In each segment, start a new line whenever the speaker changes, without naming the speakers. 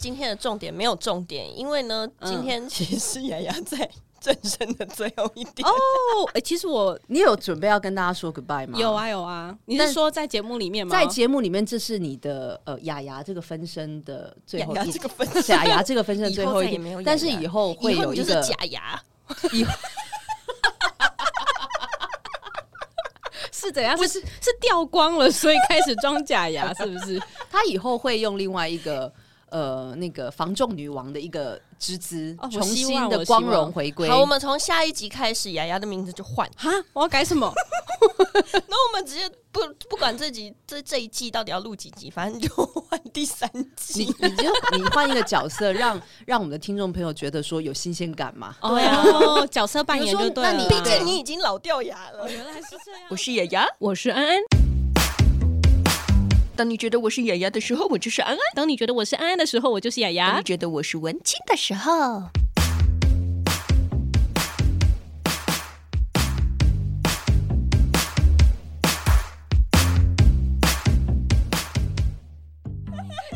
今天的重点没有重点，因为呢，
嗯
今天其实是雅雅在正身的最后一点。
哦，哎、其实我
你有准备要跟大家说 goodbye 吗？
有。啊有啊，你
但
是说在节目里面吗？
在节目里面，这是你的呃雅雅这个分身的最
雅
后
雅
一
这个分
是 雅雅这个分身的最
以后
后
再
一
也没有
点，
雅雅
但是以后会
以后
有
你
一
就是
个
假牙，
以后
是怎样？是是是掉光了，所以开始装假牙，是不是？
他以后会用另外一个呃那个防重女王的一个之姿，
哦
重
我希望
新的
我希
光
望。
荣回归。
好，我们从下一集开始，雅雅的名字就换
哈，我要改什么？
然后我们直接不不管这集这这一季到底要录几集，反正就换第三
你
季。
你就你换一个角色，让让我们的听众朋友觉得说有新鲜感嘛。
哦呀，角色扮演就对了
比
啦。
如说
毕
那对
竟你已经老掉牙了。
哦原来是这样。
我是雅雅。
我是安安，
当你觉得我是雅雅的时候，我就是安安；
当你觉得我是安安的时候，我就是雅
当
雅
你。觉得我是文青的时候，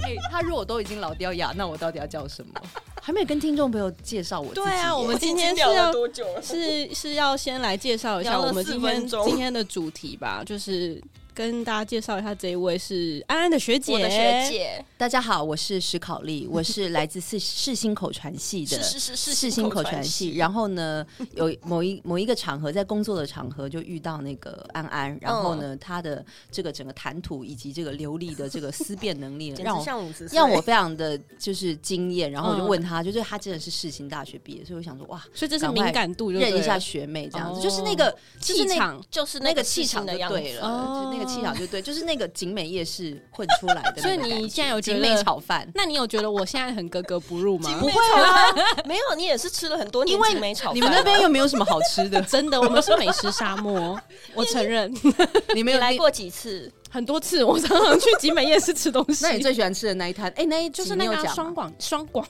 哎，他如果都已经老掉牙，那我到底要叫什么？还没有跟听众朋友介绍我自己。
对啊，我们今
已
天
经聊
是
了
要
多久了？
是是要先来介绍一下
聊了
我们
4
今
分
天
钟
今天的主题吧，就是跟大家介绍一下这一位是安安的学姐，
我的学，姐
大家好，我是史考利，我是来自四四星口传系的。
是是是是
四星口传系，然后呢，有某一 某一个场合，在工作的场合就遇到那个安安，然后呢，他的这个整个谈吐以及这个流利的这个思辨能力呢，
简
让
直
我
像五十岁，
让我非常的就是惊艳。然后我就
嗯
问他，就是他真的是世新大学毕业，所以我想说，哇，
所以这是敏感度就对了，
认一下学妹这样子，
哦
就是那个就是
气
那
场。
就是
那个
个
气场
的
就
样
对
子。
了，
哦
就那个气场就对，就是那个景美夜市混出来的那种
所以
感觉。
你现在有觉
景
得
美炒饭？
那你有觉得我现在很格格 不入吗？，
不会啊，
没有，你也是吃了很多年
因为
青梅 炒饭
你们那边又没有什么好吃的
真的，我们是美食沙 漠，我承认
你没
你
有
来。过几次？
很多次，我常常去集美夜市吃东 西。
那你最喜欢吃的那一摊？哎，那一
就
集
是
你
那
有
个啊
讲
双
吗
管双 管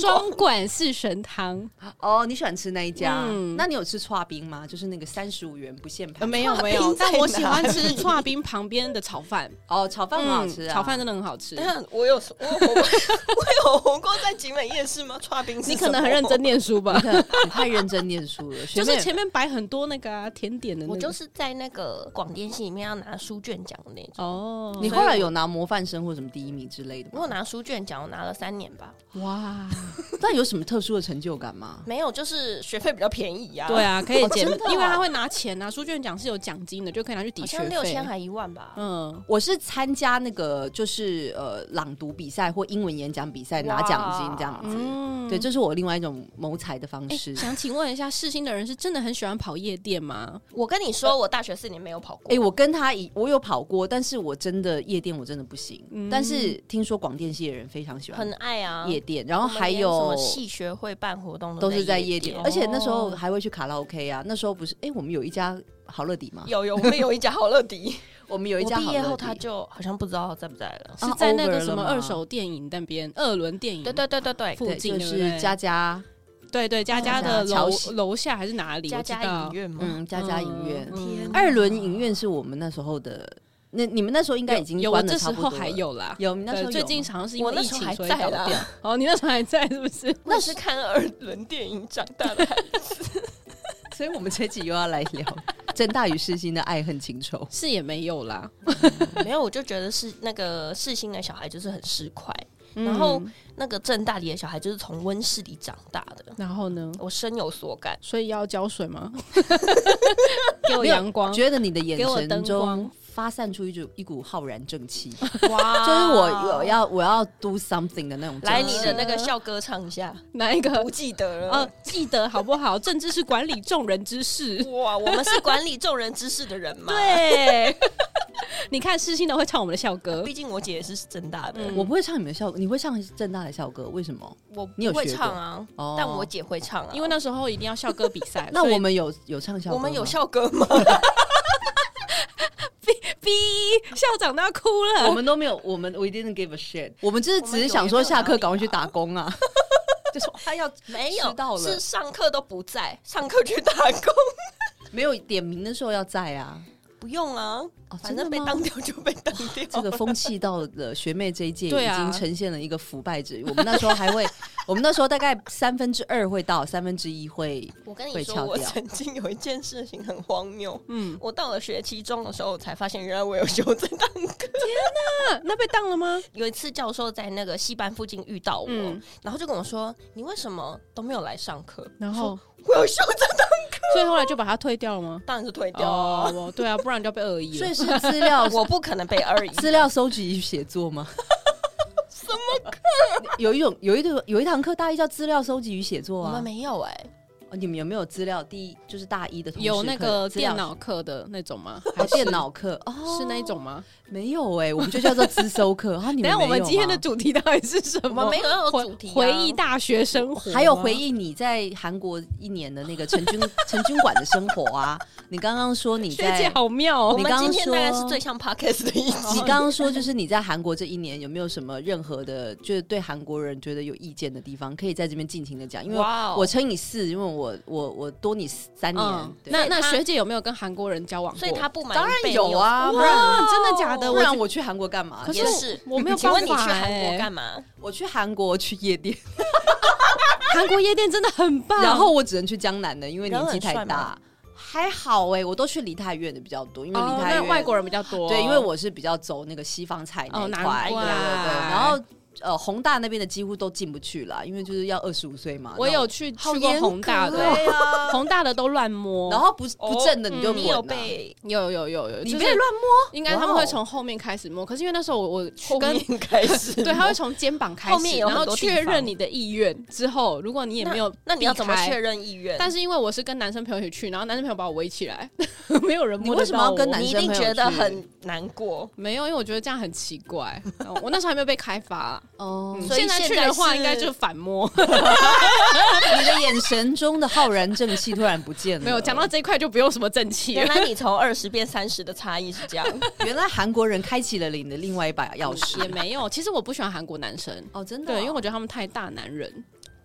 双管四神汤，
哦，你喜欢吃那一家
嗯？
那你有吃串冰吗？就是那个三十五元不限
呃
盘。
没有没
冰
有，但
在
我喜
哪
欢吃串冰旁边的炒饭，嗯
哦，炒饭很好吃啊，
炒 饭真的很好吃
等。一下我有我有红我有红过在景美夜市吗？串冰是
你
什么，
可能很认真念书吧
你，看你太认真念书了，学
就
妹
是前面摆很多那个啊甜点的那
我
个，
就是在那个广电系里面要拿书卷奖的那种。
哦，
你后来有拿模范生或什么第一名之类的
我有
吗？
拿书卷奖，我拿了三年吧。
哇，
那有什么特殊的成就感吗？
没有，就是学费比较便宜呀、
对，啊，可以减
真的，哦
因为他会拿钱啊，书卷奖是有奖金的，就可以拿去抵
好
学
像六
费
千。还一万吧。
嗯，
我是参加那个就是呃朗读比赛或英文演讲比赛拿奖金这样子，
嗯
对，这是我另外一种谋财的方
哎
式。
想请问一下，世新的人是真的很喜欢跑夜店吗？
我跟你说，我大学四年没有跑过。
哎、我跟他一我有跑过，但是我真的夜店我真的不行。但是听说广电系的人非常喜
嗯很
欢
爱啊，
夜店，然后
我们
还
连
有
什么系学会办活动
都是在夜
夜
店，
店
而且那时候
哦
还会去卡拉 OK 啊。那时候不是哎、我们有一家好乐迪嘛，
有有，我们有一家好乐迪。
我们有一
我
家
毕
好
业后
乐迪
他。就好像不知道在不在了。
啊
是在那
over
个
了
什么
吗
二手电影那边，二轮电影
对对对对对，
附
对，
近，
就
对不
是
对
佳佳，
对对佳佳的
佳佳
楼
桥西
楼下还是哪里？
家
我知
家
道
影院嘛。
嗯，佳佳影院，
嗯
二轮影院是我们那时候的，那你们那时候应该已经
有，我
关的
这
差
时
不多
候
了
还有啦。
有，你那时候
对最
有
近
吗
好像是因
我
为
那
疫
时候
情
还
所以
在
倒
啦
掉。 哦，你那时候还在是不 是？
我是看二轮电影长大的孩子，
所以我们这集又要来聊 郑大与世新的爱恨情仇。
是也没有啦。
没有，我就觉得是那个世新的小孩就是很市侩，然后
嗯
那个正大里的小孩就是从温室里长大的，
然后呢？
我深有所感。
所以要浇水 吗？给我
没有
阳光，
觉得你的眼
给我
神
灯
中
光
发散出一种一股浩然正气，
啊
就
哇，
是我我要我要 do something 的那种正气。
来你的那个校歌唱一下，哦
哪一个
不？记得
呃
了。，
记得好不好？政治是管理众人之事。
哇，我们是管理众人之事的人嘛。，
对，你看世新的会唱我们的校歌，
毕竟我姐也是正大的，
嗯
我不会唱你们的校，你会唱正大的校歌，为什么？
我
你有
不会
学过
唱啊，
哦。
但我姐会唱啊，
因为那时候一定要校歌比赛
那
所以
我们有有唱校歌吗，
我们有校歌吗？
逼校长都要哭了。
我们都没有，我们 we didn't give a shit，我们就是
我们
只是
有
想
也
说
没有
下
哪
课
里
赶快去
啊
打工啊， 就是他要
没
迟到
有，
了
是上课都不在，上课去打工。
没有点名的时候要在啊，
不用啊，
哦
反正被
真的
当
吗
掉就被当掉。
这个风气到了学妹这一届
哦
已
对啊
经呈现了一个腐败之，我们那时候 还会，我们那时候大概三分之二会到，三分之一会
我跟你
被
说，
撬
我
掉
曾经有一件事情很荒谬。
嗯，
我到了学期中的时候，我才发现原来我有修正当课。
那那被当了吗？
有一次教授在那个戏班附近遇到我，
嗯
然后就跟我说：“你为什么都没有来上课？”
然后，
我有修正，
所以后来就把他退掉了吗？
当然是退掉啊、哦
哦，我对啊，不然就要被恶意
所
了
以。是资料
我不可能被二 一。
资料收集与写作吗？什么课？有一种有一种有一堂课大一叫资料收集与写作
我
啊
们。没有哎、
哦你们有没有资料？第一就是大一的同事
有那个
课资料
电脑课的那种 吗？
哦
还是
电脑课哦，
是那一种吗？
没有哎，我们就叫做资收课。然后你
等一
们
下我们
没有
今天的
吗
主题到底是什
我们
么
没？有那种
回
主题啊、
回忆大学生活，
还有回。忆你在韩国一年的那个陈军 陈军馆的生活啊。你刚刚说你
学姐
在
好妙
我
哦！
你
们
刚
今
刚
天大概
说
是最像 podcast 的一
你
集。
刚 刚说，就是你在韩国这一年有没有什么任何的，就是对韩国人觉得有意见的地方，可以在这边尽情的讲，因 为
哇哦
我乘以四，因为我我我多你三年，
嗯，
对
那
所以
那
他
学姐有没有跟韩国人交往过？
所以他不满，
当然有。啊，不然
哇，真的假的？
不
我
然我去韩国干嘛？
可
也
是
是
我没有
请问你去
办法
韩国
欸
干嘛？
我去韩国去夜店，
韩国夜店真的很棒。
然后我只能去江南的，因为
然
年
后
纪
很帅
太大
吗。
还好哎、我都去梨泰院的比较多，因为
哦
梨泰
那
院、
外国人比较多，
对，因为我是比较走那个西方菜那
哦
一
难
块，对对
怪
对。然后呃，宏大那边的几乎都进不去了，因为就是要二十五岁嘛。
我
那
有去
好
去过
严
宏大
格
的，
对啊
宏大的都乱摸，
然后不不正的你就
嗯
滚
你有
了
被
有有有有，
你
就
被
是
乱摸，
应该他们
哇
会
哦
从后面开始摸，可是因为那时候我我去
后
跟
面开 始吗？
对，他会从肩膀开始，
后面有很
然后
多地
确认
方
你的意愿之后，如果你也没有
那你要怎么
避开
确？认意愿？
但是因为我是跟男生朋友一起去，然后男生朋友把我围起来， 没有人摸
你
得
为什么
到
要跟
我
男
你一
生
定
朋友
觉得
去
很难过，
没有，因为我觉得这样很奇怪。哦我那时候还没有被开发，
哦
嗯
所以
现在
现
去
在
的话
是
应该就反摸。
你的眼神中的浩然正气突然不见了。
没有讲到这一块就不用什么正气
原
了。
来你从二十变三十的差异是这 样，
原来韩国人开启了你的另外一把钥匙
也。没有，其实我不喜欢韩国男生，
哦，真的哦、
对，因为我觉得他们太大男人。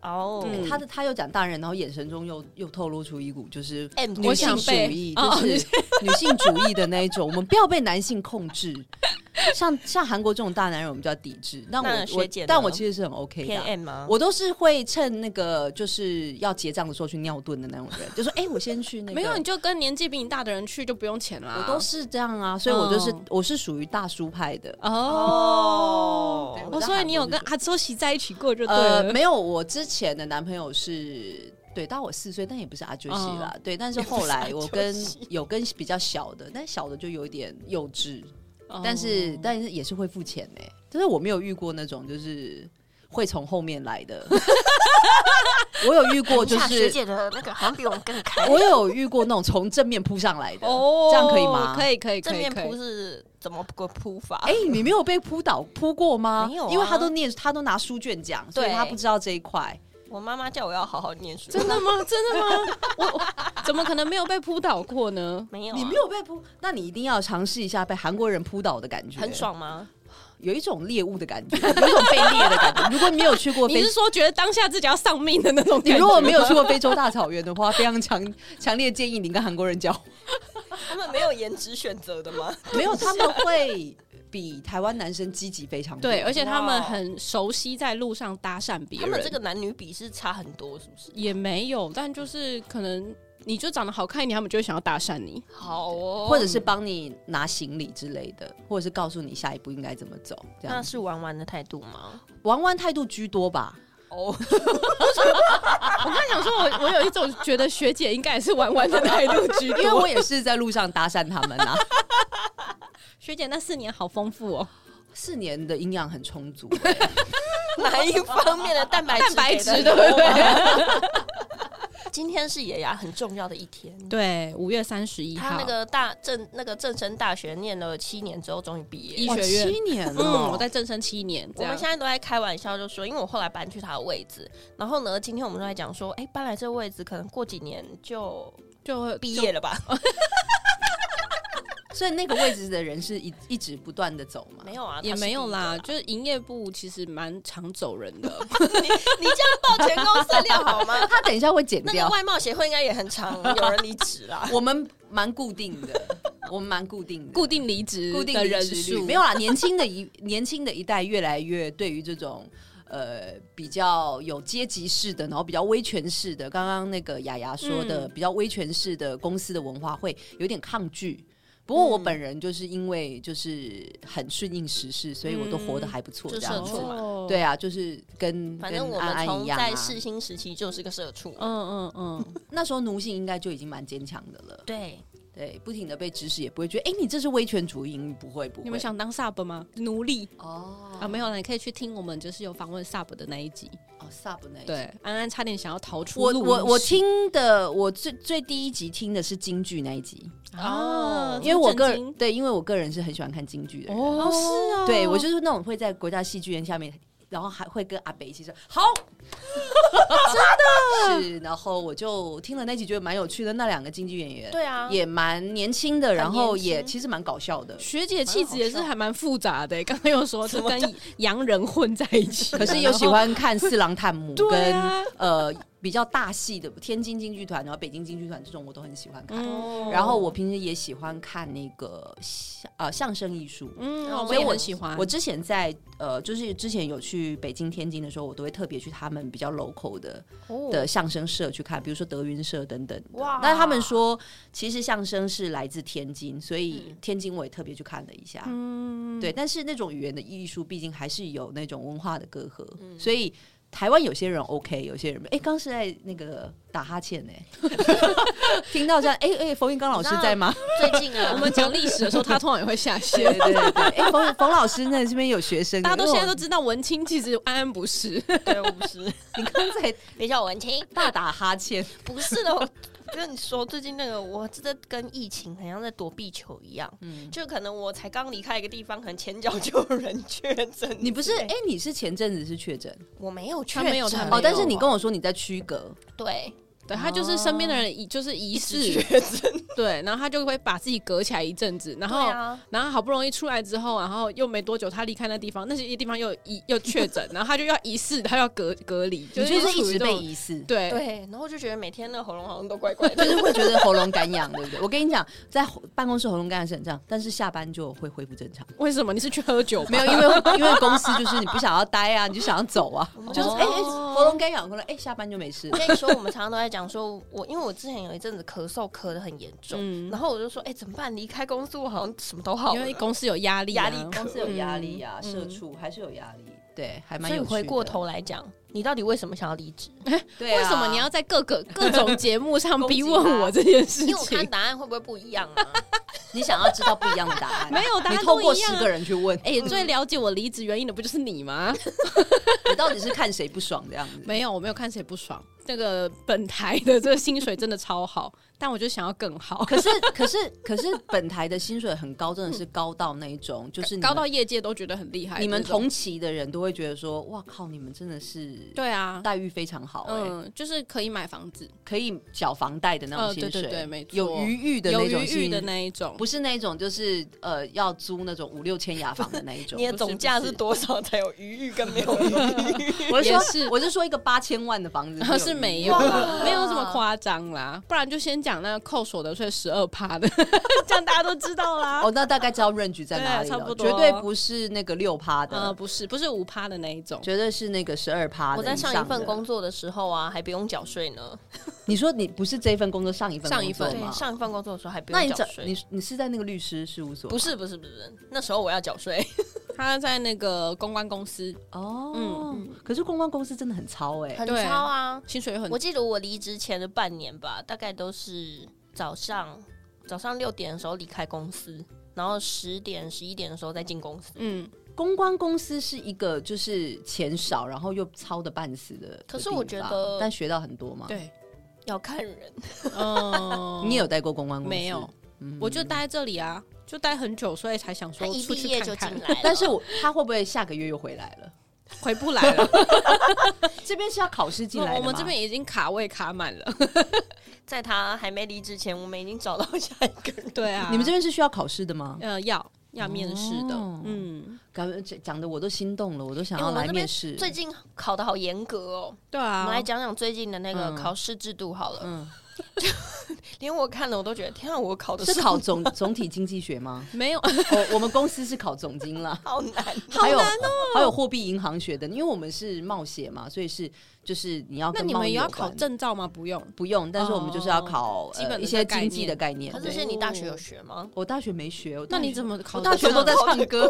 哦
嗯
他的他又讲大人，然后眼神中又又透露出一股就是
，M
女
哎女
想
性
性
主
被
义，
哦
就是女性主义的那一种。我们不要被男性控制，像像韩国这种大男人，我们就要抵制。但我
那
我
学姐呢
但我其实是很 OK
偏
的。啊
M 吗？
我都是会趁那个就是要结账的时候去尿遁的那种人，就说：“哎、我先去那个。”
没有，你就跟年纪比你大的人去就不用钱啦。
我都是这样啊，所以我就是、
哦
嗯
我是属于大叔派的。
哦
对
我
哦，
在
所以
韩
你
国
有
是
跟
这
阿周喜在一起 过就对
呃
了，，
没有，我之前的男朋友是对大我四岁，但也不是
嗯
阿啾西啦，对。但是后来我跟有跟比较小的，但小的就有一点幼稚，
哦
但是但是也是会付钱呢、就是我没有遇过那种就是会从后面来的。 我有遇过，就
等一下
是
的那个好像比我们更开
我有遇过那种从正面扑上来的，
哦，
这样可以吗？
可以可以，可
正
以
面
可以
扑是怎么个扑法？
哎、你没有被扑倒扑过吗？
没有啊
因为他都念，他都拿书卷讲，所以
对
他不知道这一块。
我妈妈叫我要好好念书，
真的吗？真的吗？我我怎么可能没有被扑倒过呢？
没有啊，
你没有被扑，那你一定要尝试一下被韩国人扑倒的感觉，
很，爽吗？
有一种猎物的感觉，有一种被猎的感 觉。如果你没有去过
你
非
是，说觉得当下自己要丧命的那种感觉
你
吗？
如果没有去过非洲大草原的话，非常强强烈建议你跟韩国人交往。
他们没有颜值选择的吗？
没有，他们会比台湾男生积极非常多。
对，而且他
哇
们
哦
很熟悉在路上搭讪别
他
人，
们这个男女比是差很多，是不是？
也没有，但就是可能你就长得好看一点，他们就会想要搭讪你。
好哦，
或者是帮你拿行李之类的，或者是告诉你下一步应该怎么走，这
那
样
是玩玩的态度吗？
玩玩态度居多 吧。
哦，
我刚才想说我，我有一种觉得学姐应该也是玩玩的态度居
因为
多。
我也是在路上搭讪他们啊。
学姐那四年好丰富哦，
四年的营养很充足、
哪一方面的蛋白质
蛋白质
给
对
得
不
多 吗
对？
今天是野牙很重要的一天。
对，五月三十一
他
号
那。个大正那个正声大学念了七年之后，终于毕业
医
了。
哇，
学院
七年哦、
嗯，我在正生七年，
我
这
们
样
现在都在开玩笑，就说，因为我后来搬去他的位置，然后呢，今天我们都在讲说，哎、搬来这位置，可能过几年就
就会
毕业了吧？
所以那个位置的人是一一直不断的走嘛。
没有啊，
也
他是
没有
第一个
啦，就是营业部其实蛮常走人的，
你这样报全公司料好吗？
他等一下会剪
那个
掉。
外贸协会应该也很常有人离职啦
。我们蛮固定的，我们蛮固定 的，
固定离职
固定
的
离
人
职率
数啊
没有啦。年轻的 一年轻的一代越来越对于这种呃比较有阶级式的，然后比较威权式的，刚刚那个雅雅说的、
嗯
比较威权式的公司的文化会有点抗拒。不过我本人就是因为就是很顺应时势，所以我都活得还不错，
就
这样
社
子。
畜嘛
哦
对啊，就是跟
反正
跟
我
安
们
安一
从
样、啊
在。世新时期就是个社畜，
嗯嗯嗯，
那时候奴性应该就已经蛮坚强的
啊
了，
对，
对，不停的被指使，也不会觉得哎、诶你这是威权主义，嗯不会不会。
你们想当 sub 吗？奴隶
哦
啊，没有了，你可以去听我们就是有访问 sub 的那一集。
哦 sub 那一集
对，安安差点想要逃出
我
录音
我我
室
听的，我最最第一集听的是京剧那一集，
啊
哦，
因为我个
这么
人对，因为我个人是很喜欢看京剧的人，
哦是啊，
对我就是那种会在国家戏剧院下面，然后还会跟阿北一起说好，真的 是，然后我就听了那集觉得蛮有趣的，那两个京剧演员
对啊，
也蛮年轻的，然后也
年轻
其实蛮搞笑的，
学姐气质也是
蛮好笑
还蛮复杂的、欸刚刚又说就
什么
跟洋人混在一起，
可是又喜欢看四郎探 母
对
跟
啊
呃比较大戏的天津京剧团，然后北京京剧团这种我都很喜欢看。
嗯
然后我平时也喜欢看那个相呃相声艺术。
嗯，
哦
我
我
也
也
很
很
喜欢，
我之前在呃，就是之前有去北京、天津的时候，我都会特别去他们比较 local 的
哦
的相声社去看，比如说德云社等等。
哇
但他们说，其实相声是来自天津，所以天津我也特别去看了一下。
嗯，
对，但是那种语言的艺术，毕竟还是有那种文化的隔阂，所以。台湾有些人 OK，有些人哎，诶刚是在那个打哈欠 呢、听到这样哎哎，诶冯玉刚老师在吗？
最近啊，
我们讲历史的时候，他通常也会下
对
线。
对对对，哎，冯冯老师那这边有学生，
大家都
因为我
现在都知道文青其实安安不是，
对我不是，
你刚才
别叫我文 青，
大打哈欠，
不是的，我跟你说，最近那个我真的跟疫情很像在躲避球一样，
嗯，
就可能我才刚离开一个地方，可能前脚就有人确诊。
你不是哎，你是前阵子是确诊
我没有确
他没有他
诊
没有啊
哦，但是你跟我说你在区隔，
对，
对他就是身边的人疑就是疑似，对，然后他就会把自己隔起来一阵子，然后
对啊
然后好不容易出来之后，然后又没多久他离开那地方，那些地方又疑又确 诊，然后他就要疑似，他要隔隔离，
你
是
就是一
处于
直
这
被
种
疑似，
对
对，然后就觉得每天那喉咙好像都怪怪的。
就是会觉得喉咙干痒，对不对？ 我跟你讲，在办公室喉咙干痒是很正常，但是下班就会恢复正常。
为什么你是去喝酒吧？
没有，因为因为公司就是你不想要待啊，你就想要走 啊，就是哎哎、喉咙干痒，可能哎下班就没 事
我。跟你说，我们常常都在讲说，我因为我之前有一阵子咳嗽咳的很严重，
嗯
然后我就说，哎、怎么办？离开公司，我好像什么都好了
因为公司有压力、
压
啊，
力
公司有压力啊，
嗯
社畜还是有压力，对，还蛮
所以
有趣的
回过，头来讲，你到底为什么想要离职？
对、啊，
为什么你要？在各个 各种节目上
攻击
逼
他
问我这件 事
因为我看
情？
答案会不会不一样 啊？
你想要知道不一样的答 案？
没有答案
你透
都
过
一
十
样
个人去问，嗯
哎、最了解我离职原因的不就是你吗？
你到底是看谁不爽这样子？
没有，我没有看谁不爽。这个本台的这个薪水真的超好， 但我就想要更好，
可是可是可是本台的薪水很高，真的是高到那一种，就是你们
高到业界都觉得很厉害。
你们
这种
同期的人都会觉得说，哇靠，你们真的是
对啊，
待遇非常好、哎、
嗯，就是可以买房子，
可以缴房贷的那种
呃
薪水，
对对对没错
有余裕的
有
那种
余
薪
裕的那一种。
不是那一种，就是呃要租那种五六千雅房的那一 种
你。的总价是多 少才有余裕跟没有余裕？
我是说，
也是
我是说一个八千万的房 子
是没
余裕
有
的
啦， 没有这么夸张啦，不然就先讲那个扣所得税十二趴的， 这样大家都知道啦。
哦，那大概知道 range 在哪里
对啊
了，
差不多
绝对不是那个六趴的，
呃，不是，不是五趴的那一种，
绝对是那个十二趴。
我在上一份工
作，
作的时候啊，还不用缴税呢。
你说你不是这份工作，上一份
上一份
工作
对，
吗？
上一份工作的时候还不
那
用
你
缴
怎
税。
你你是在那个律师事务所吗？
不是不是不是，那时候我要缴税，
他在那个公关公司，
哦，
嗯
可是公关公司真的很糙哎、
很
对
超啊！
薪水又很
我记得我离职前的半年吧，大概都是早上早上六点的时候离开公司，然后十点十一点的时候再进公司。
嗯，
公关公司是一个就是钱少，然后又糙的半死的。
可是
的地
我觉
方
得
但学到很多嘛。，
对，
要看人，
嗯
你也有待过公关公司？
没有？
嗯
我就待在这里啊，就待很久，所以才想
他
说
一
出
毕
去
业
看
就进
看，
来了，
但是我他会不会下个月又回来了？
回不来 了。
这边是要考试进来
哦
的吗
我们这边已经卡位卡满了，
在他还没离职前，我们已经找到下一个人。
对啊，
你们这边是需要考试的吗？
呃要要面试的
哦，
嗯，
感觉讲讲的我都心动了，我都想
因为
要
我们
来
这边
面试。
最近考的好严格哦。
对
我
啊
们来，讲讲最近的那个
嗯
考试制度好了。
嗯，
连我看了我都觉得，天啊，我考的
是考总 总体经济学吗？哦
没 有，
我我们公司是考总经啦，
好难。啊
还有、还有货币银行学的，因为我们是冒险嘛，所以是就是你要
那
跟
你
贸
们
易
也要
有
考
关。
证照吗？不用，
不用，但是我们就是要
哦
考、
基本
呃、
的
一
这
些
个概
经济
念
的概念。
可是
对
是你大学有学吗？
我大学没学，我大
那你
学
怎么考
我
得
大学
上
都在唱歌，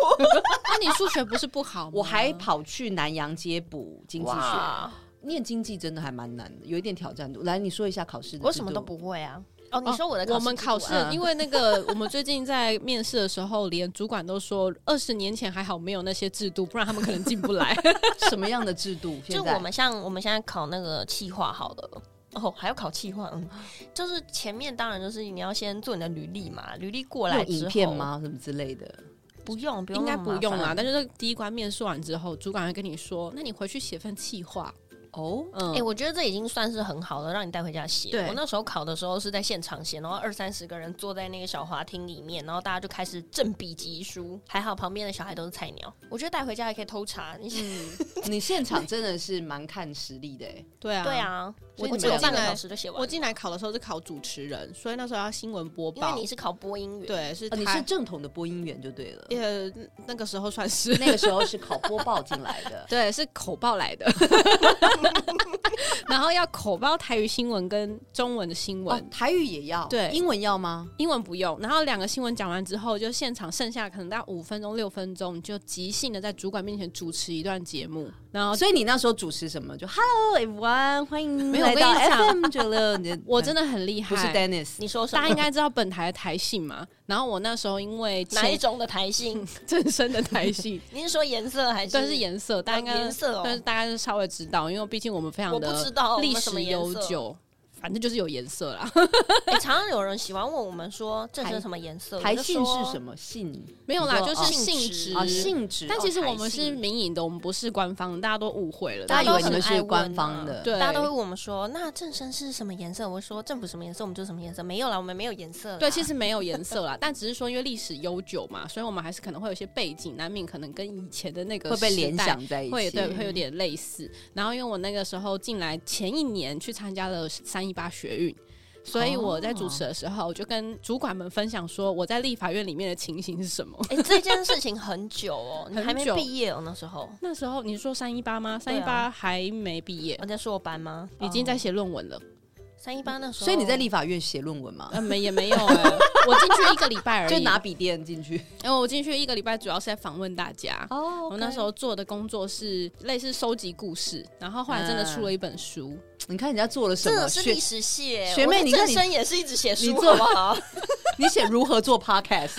那你数学不是不好吗？
我还跑去南洋街补经济学。
哇，
念经济真的还蛮难的，有一点挑战度。来，你说一下考试的制度。
我什么都不会啊。哦，你说我的
我们考试
制度啊，
因为那 个我们最近在面试的时候，连主管都说，二十年前还好没有那些制度，不然他们可能进不来。
什么样的制度？
就
现在
我们像我们现在考那个气化好了。哦，还要考气化，嗯，就是前面当然就是你要先做你的履历嘛，履历过来
有
之后
影片？吗？什么之类的？
不用， 不用，
应该不用啦
啦。。
但是第一关面试完之后，主管会跟你说，那你回去写份企划。
哦，
嗯，
哎、我觉得这已经算是很好了，让你带回家写。
对
我那时候考的时候是在现场写，然后二三十个人坐在那个小滑厅里面，然后大家就开始正笔疾书。还好旁边的小孩都是菜鸟，我觉得带回家也可以偷查。你
嗯
你现场真的是蛮看实力的哎。
对啊，
对。啊，
所
我
以你
只有
们
半个
两个
小时就写完了
我进来考的时候是考主持人，所以那时候要新闻播
因为
报。
你是考播音员，
对，是
哦
他、
你是正统的播音员就对 了。
呃那个时候 算是。
那个时候是考播报进来的
对，是口报 来的， 然后要口报台语新闻跟中文的新闻。
哦，台语也要，
对
英文要吗？
英文不用，然后两个新闻讲完之后，就现场剩下可能大概五分钟、六分钟，你就即兴的在主管面前主持一段节目，然后
所以你那时候主持什么？就 Hello everyone，欢迎
没有我
来
跟
到
你讲
FM 九六。 你的
我真的很厉害，
不是 Dennis，
你说什
大家
么？
应该知道本台的台信嘛，然后我那时候因为
哪一
前
种的台性？
正身的台信，
你是说颜色还是？
但是颜色，大家应该
颜色哦
但是大家是稍微知道，因为毕竟我们非常
我不知
的
道
历
我们什
史
么颜
悠
色。
久，反正就是有颜色 啦。
哎、常常有人喜欢问我们说这是什么颜色？
台信是什
么？
么信？
没有啦，
你
就
说
哦
是性
性
质
质
啊，性质。
但其实
哦
我
台
们是
信
民营的，我们不是官方，哦大家都误会了。
大家以为你
很
们
爱
是
问
官
啊
方的，
对
大家都会问我们说，那正身是什么颜色？我说政府什么颜色，我们就什么颜色。没有啦，我们没有颜色啦。
对，其实没有颜色啦，但 只是说因为历史悠久嘛，所以我们还是可能会有一些背景，难免可能跟以前的那个
会被
时
联
代
想在一起。
会对，会有点类似。然后因为我那个时候进来前一年去参加了三一八学运。所以我在主持的时候，我就跟主管们分享说，我在立法院里面的情形是什么。
哎、这件事情很久哦，你
很
还 没
久
毕业哦，那时候
那时候你说三一八吗？三
对
一八
啊
还没毕业，
哦
哦
我在硕班吗？哦
已经在写论文了。
三一八那时候，
所以你在立法院写论文嘛，
呃，没也没有哎、我进去一个礼拜 而已。
就拿，笔电进去。
因为我进去一个礼拜主要是在访问大家。
哦
我那时候做的工作是类似收集故事，然后后来真的出了一本书。
你看人家做了什
真
么？
的是历
学
史系耶，
学妹
我在
你看
正
你
身也是一直写
你
书，
做
好不 好？
你写如何做 podcast，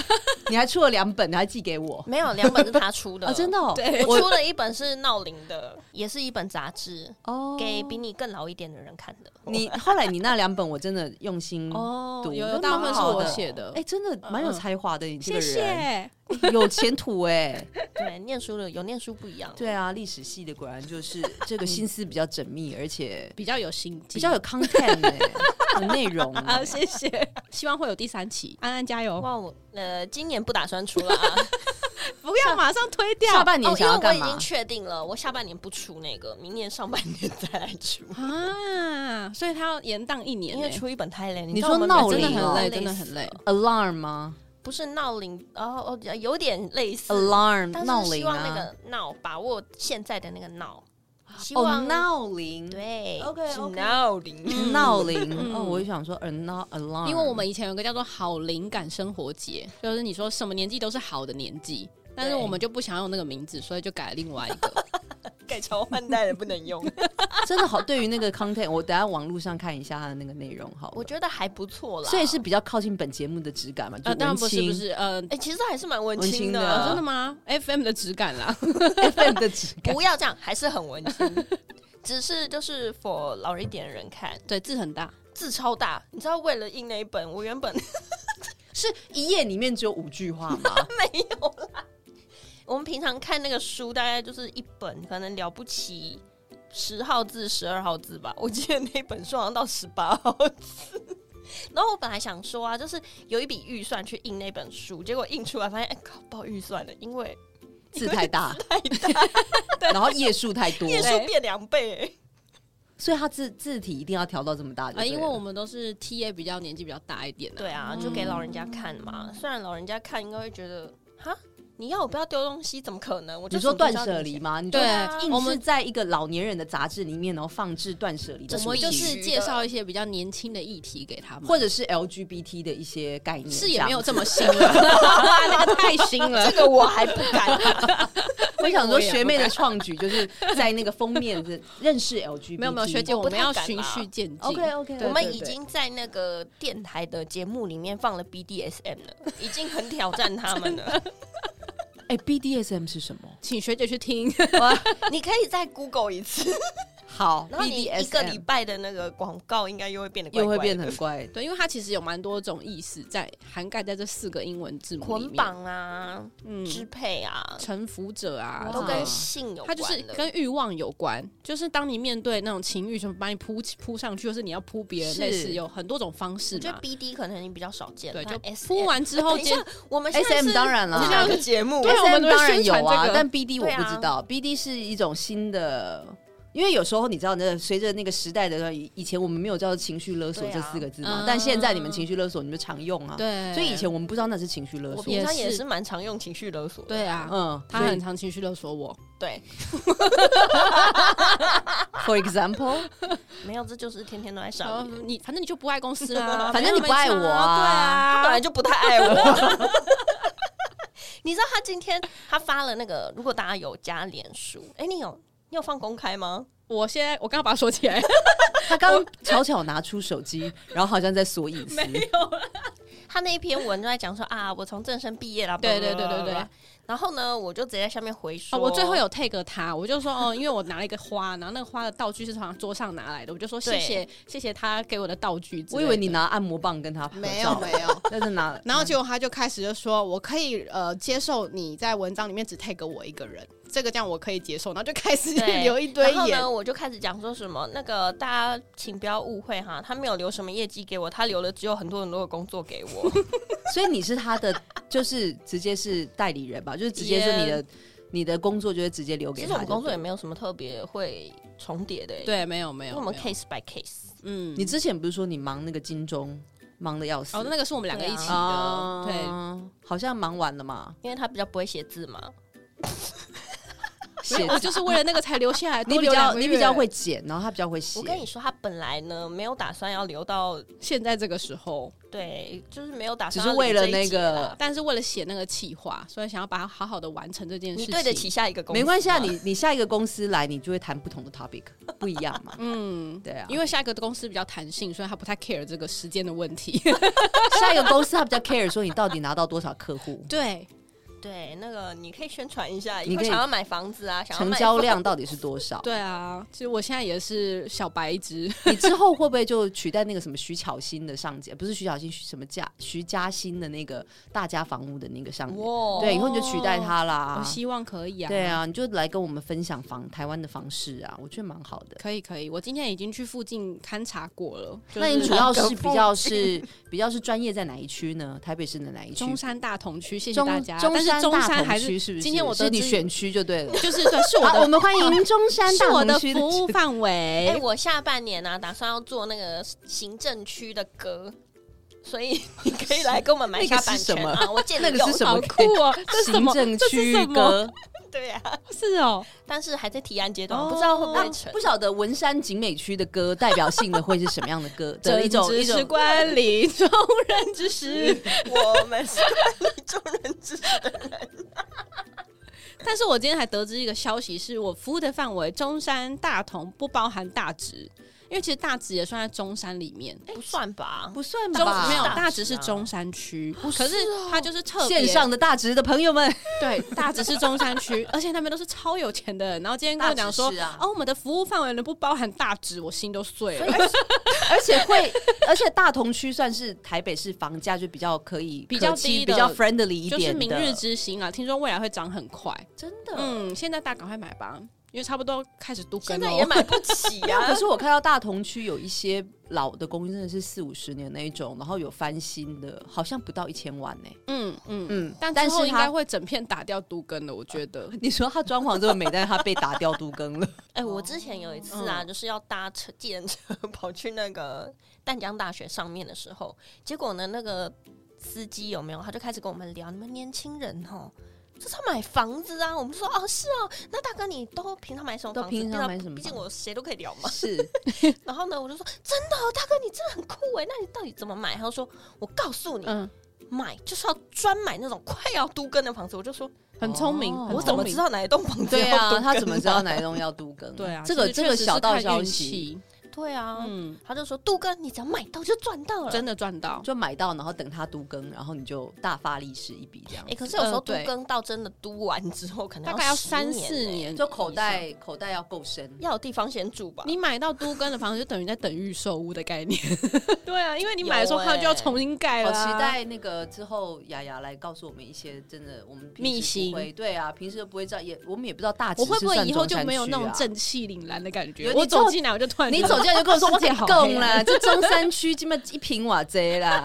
你还出了两本，你还寄给我
没有，两本是他出的，
啊？真的哦，
对
我出了一本是闹铃的，也是一本杂志，
哦
给比你更老一点的人看的。
你后来你那两本我真的用心
哦
读
有
都
有大部
蛮
分是
好
我
的
写的。嗯
哎，真的蛮有才华的，你这个人
谢。
有前途
欸
哎。
对，念书的有念书不一样。
对啊，历史系的果然就是这个
嗯
心思比较缜密，而且
比较有心机，
比较有 content 哎， 有内容
啊，
哎。
谢谢，希望会有第三期，安安加油，
哇，我呃，今年不打算出了啊。
不要马上推掉
下半年
哦，因
想
为
要
我
干
已经
嘛？
确定了，我下半年不出那个，明年上半年再来 出。
啊，所以他要延档一年
因
呢、
为出一本太累，
你
知道我们
说闹
每次
铃哦
累
真的很
死
累
了
Alarm 吗
不是闹铃，哦哦，有点类似，
？Alarm
但
呃闹
是希
铃
望那
啊！
个闹把握现在的那个闹，希
哦，
望
闹铃，
对
OK，
是
OK
闹 铃，
闹铃。
嗯
哦，我就想说 Alarm Alarm，
因为我们以前有个叫做“好灵感生活节”，就是你说什么年纪都是好的年纪，但是
对
我们就不想用那个名字，所以就改了另外一个。
改朝换代了不能 用，
真的好，对于那个 content，我等下网络上看一下它的那个内容好了。
我觉得还不错啦。
所以是比较靠近本节目的质感嘛， 就
啊
呃，当然
文
不是不
青
是，呃，
哎，其实还是蛮文
文青
青
的
真
啊的
的，吗？FM 的质感啦，
FM 的质感。
不要这样，还是很文 青，只是就是 for 老一点的人看，
对，字很大，
字超大，你知道为了印那一本，我原本
是一页里面只有五句话吗？
没有啦。我们平常看那个书，大概就是一本，可能了不起十号字、十二号字吧。我记得那本书好像到十八号字。然后我本来想说啊，就是有一笔预算去印那本书，结果印出来发现，哎靠，不好预算了，因为
字太大，然后页数太多，
页数变两倍、哎
所以它字字体一定要调到这么大就
啊，
对了，
因为我们都是 T A 比较年纪比较大一点的、
对啊，就给老人家看
嗯
嘛。虽然老人家看应该会觉得，哈，你要我不要丢东西？怎么可能？我就
你说
什么
断
都要
舍
留
离
下？
吗？你就
对
硬
我
是
们
在一个老年人的杂志里面，然后放置断舍离的
这
主
是
题，
我们就
必须
是
的
介绍一些比较年轻的议题给他们，
或者是 LGBT 的一些概念，
是也没有
这
这么新了， 那个太新了
这。个我还不敢。
样。我想
我
说，
也
学
不
妹的
敢
创举就是在那个封面认认识 LGBT，
没有没有，学姐，
我
我
不
们
太
要
敢
循
啦
序渐进。
OK OK，
我们已经在那个电台的节目里面放了 BDSM 了， 已经很挑战他们 了。
哎 BDSM 是什么？
请学姐去听。
你可以再 Google 一次，
好
然后你一个礼
，BDSM
拜的那个广告应该又会变得怪
又
怪
会
的
变得很怪，
对，因为它其实有蛮多种意思在涵盖在这四个英文字母里
捆
面，
绑啊、
嗯，
支配啊，
臣服者啊，
都
之类
跟
的
性有
它
关
就是
的
跟欲望有关，就是当你面对那种情欲，什么把你扑起扑上去，或是你要扑别人，
是
类似有很多种方式
我觉得
嘛。
BD 可能已经比较少见了，
对，就
但 SM
扑完之后
等一
接
下，我们现在
SM
是
当然啦
这样的节目，
对啊我
SM
们都会
当然
宣
有
传
啊，
这个
但 BD 我
对啊
不知道、b d 是一种新的。因为有时候你知道，那随着那个时代的，以前我们没有叫做情绪勒索
对啊
这四个字嘛，
嗯
但现在你们情绪勒索你们常用啊，
对，
所以以前我们不知道那是情绪勒
我
索，
平常也
嗯也是
是蛮常用情绪勒索的，
对啊，
嗯，
他很常情绪勒索我，
对，
For example，
没有，这就是天天都在
然后
上瘾。
呃你反正你就不爱公司啊啦，
反正你不爱我
他
啊
本
啊，对
来
啊，
就不太爱我。 你知道他今天他发了那个，如果大家有加脸书，哎、你有你有放公开吗？
我现在我刚刚把它锁起来，
他刚巧巧拿出手机，然后好像在锁隐私，
他那一篇文就在讲说啊，我从正生毕业啦，
对对对对对
blah blah blah。然后呢，我就直接在下面回说，
哦，我最后有 take 他，我就说哦，因为我拿了一个花，然后那个花的道具是从桌上拿来的，我就说谢谢谢谢他给我的道具之类的。
我以为你拿按摩棒跟他合
没有
照
没有，
但 是拿，
然后结果他就开始就说，我可以呃接受你在文章里面只 take 我一个人，这个这样我可以接受，然后就开始
对
留一堆
然后
言
呢，。我就开始讲说什么那个大家请不要误会哈，他没有留什么业绩给我，他留了只有很多很多的工作给 我。
所以你是他的，就是直接是代理人吧，就是直接是你的你的工作就会直接留给
其实
他。
我们工作
对
也
不对
没有什么特别会重叠的、欸，，
对，没有没
因
有，
为我们
没有
case by case。
嗯，
你之前不是说你忙那个金钟，忙的要死
哦，那个是我们两个一起
记
的，
哦
对，
啊好像忙完了嘛，
因为他比较不会写字嘛，
写
没有我就是为了那个才留下 来，
你
多
比
留两
较
个
你
月
比较会剪，然后他比较会写
我。跟你说，他本来呢没有打算要留到，
现在这个时候，
对，就是没有打
只
算
是
要留
为了
这一
那
节
个
啦，
但是为了写那个企划，所以想要把它好好的完成这件事
你
情。。
对得起，下一个公司，
没关系啊，。你你下一个公司来，你就会谈不同的 topic，不一样嘛
嗯。
对啊，
因为下一个公司比较弹性，所以他不太 care 这个时间的问题。
下一个公司他比较 care 说你到底拿到多少客户，
对，
对，那个你可以宣传一下，
你
以后
可以
想要买房子啊， 想要
成
卖
交量到底是 多少？
对啊，其实我现在也是小白只，
你之后会不会就取代那个什么徐巧芯的上节？不是徐巧芯，徐什么嘉徐嘉欣的那个大家房屋的那个上节？
哇，
对，以后你就取代他啦
我。希望可以啊。
对，啊，你就来跟我们分享房台湾的房市啊，我觉得蛮好的。
可以可以，我今天已经去附近勘察过了，就
那你
是
主要是比较 是比较是专业在哪一区呢？台北市的哪一区？
中山大同区，谢谢
中
大家。
中
但是
山
中
大
山还是
同区是不是？
今天我
是
得
你
知
选区就对了。
就是对，是我
好，
的
我
哦
们 欢迎 中山
是
大
我
同
的
区
服务范
哎、
围。
我下半年呢、啊，打算要做那个行政区的歌，所 以你可以来跟我们买一下
那个
版
是什
权
么
啊！我见你
那个是
有
什
好
么
酷哦！ 这是什
行
么？
政
这是
区
什么？
歌，
对啊，
是哦，
但是还在提案阶段，
哦
不知道会不会成
不。晓得文山景美区的歌代表性的会是什么样的 歌的一种
正
一
直是
种。
关 理，中人之师。
我们是众人之
但是我今天还得知一个消息，是我服务的范围中山大同不包含大直，因为其实大直也算在中山里面。
不算吧？
不算
中
吧？哦
没有
大直
大直是
啊
中山区，可是它就是特别
线上的大直的朋友们，
对大直是中山区，而且那边都是超有钱的人。然后今天跟我讲说
大直是啊，
哦，我们的服务范围呢不包含大直，我心都碎了。
而且会，而且大同区算是台北市房价就比较可以
比较
可期
低的
比较 friendly 一
就是
点的。
明日之星啊，听说未来会涨很快。
真的，
嗯，现在大家赶快买吧，因为差不多开始都
现
跟
在
了
也买不起啊
可。是我看到大同区有一些老的公寓，真的是四五十年那一种，然后有翻新的，好像不到一千万呢、
嗯嗯嗯，
嗯，
但
但
之后
是
应该
他，
会整片打掉都跟的，我觉得。
你说他装潢这么美，但是他被打掉都 更了。
哎、我之前
哦
有一次
嗯
啊，就是要搭车、计程车 跑去那个淡江大学上面的时候，结果呢，那个司机有没有，他就开始跟我们聊，你们年轻人哦。就是要买房子啊！我们就说哦，是哦。那大哥，你都平常买什么
都
房子？
平常
毕竟
买什么
毕竟
房
我谁都可以聊 嘛。
是，
然后呢，我就说真的、哦，大哥，你真的很酷哎！那你到底怎么买？他就说，我告诉你，
嗯，
买就是要专买那种快要都更的房子。我就说，
很聪明，
哦
很
我怎么
聪明
知？道哪一栋房子要
对
都
啊，
更
他怎么知道
啊
哪一栋要都更？
对啊，
这个
其实
这
确
个
实
小
是
道
看
消
运
息，
气，
对啊，
嗯，
他就说杜哥，你只要买到就赚到了。
真
的，
的赚到。
就买到，然后等它都更，然后你就大发利是一笔这样
哎、。可是有时候
呃
杜
对
更到真的都完之后，可能
大概要
10
三四
欸，
年，
就口。袋口袋要够深，
要有地方先住吧。
你买到都跟的房子，就等于在等预售屋的概念。对啊，因为你
有
买的时候它就要
欸
重新盖了
好
啊、
期待那个之后雅雅来告诉我们一些真的我们平时
秘辛
不会对啊，平时都不会知道，也我们也不知道大直
我会
是
不会
算
以后
中
就
山
没有
区
那种
啊
正气凛然的感觉？
有
我
你走
走进来我就突然
你
觉得
走进来就 跟我说我
世界
点
好
供
黑啊
了，这中山区基本一平瓦贼啦。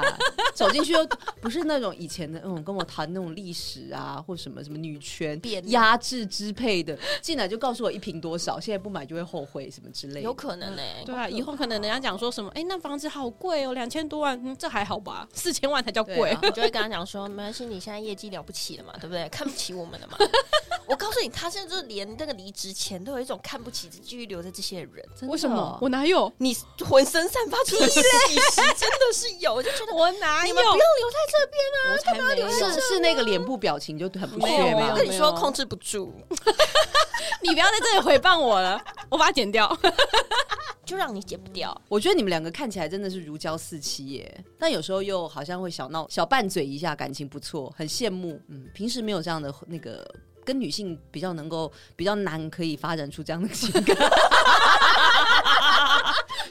走进去又不是那种以前的那种跟我谈那种历史啊，或什么什么女权
变了
压制支配的，进来就告诉我一平多少，现在不买就会后悔什么之类
有
的。
可能呢、欸
对啊，以后可能人家讲说什么，哎、那房子好贵哦，两千多万，嗯，这还好吧，四千万才叫
对
贵。
啊
我就会跟他讲说，没关系，你现在业绩了不起了嘛， 对不对？看不起我们 了嘛。我告诉你，他现在就是连那个离职前都有一种看不起，继续留着这些人。
真的
为什么
哦？
我哪有？
你浑身散发出的气息，真的是有，我就觉得
我哪
你
有
们？不用留在这边啊！
我才没有。
是是那个脸部表情就很不
没
屑
有
我
吗
没？
跟你说，控制不住，
你不要在这里回谤我了，我把它剪掉。
就让你解不掉。
我觉得你们两个看起来真的是如胶似漆耶，但有时候又好像会小闹小拌嘴一下，感情不错，很羡慕。嗯，平时没有这样的那个，跟女性比较能够比较难可以发展出这样的情感。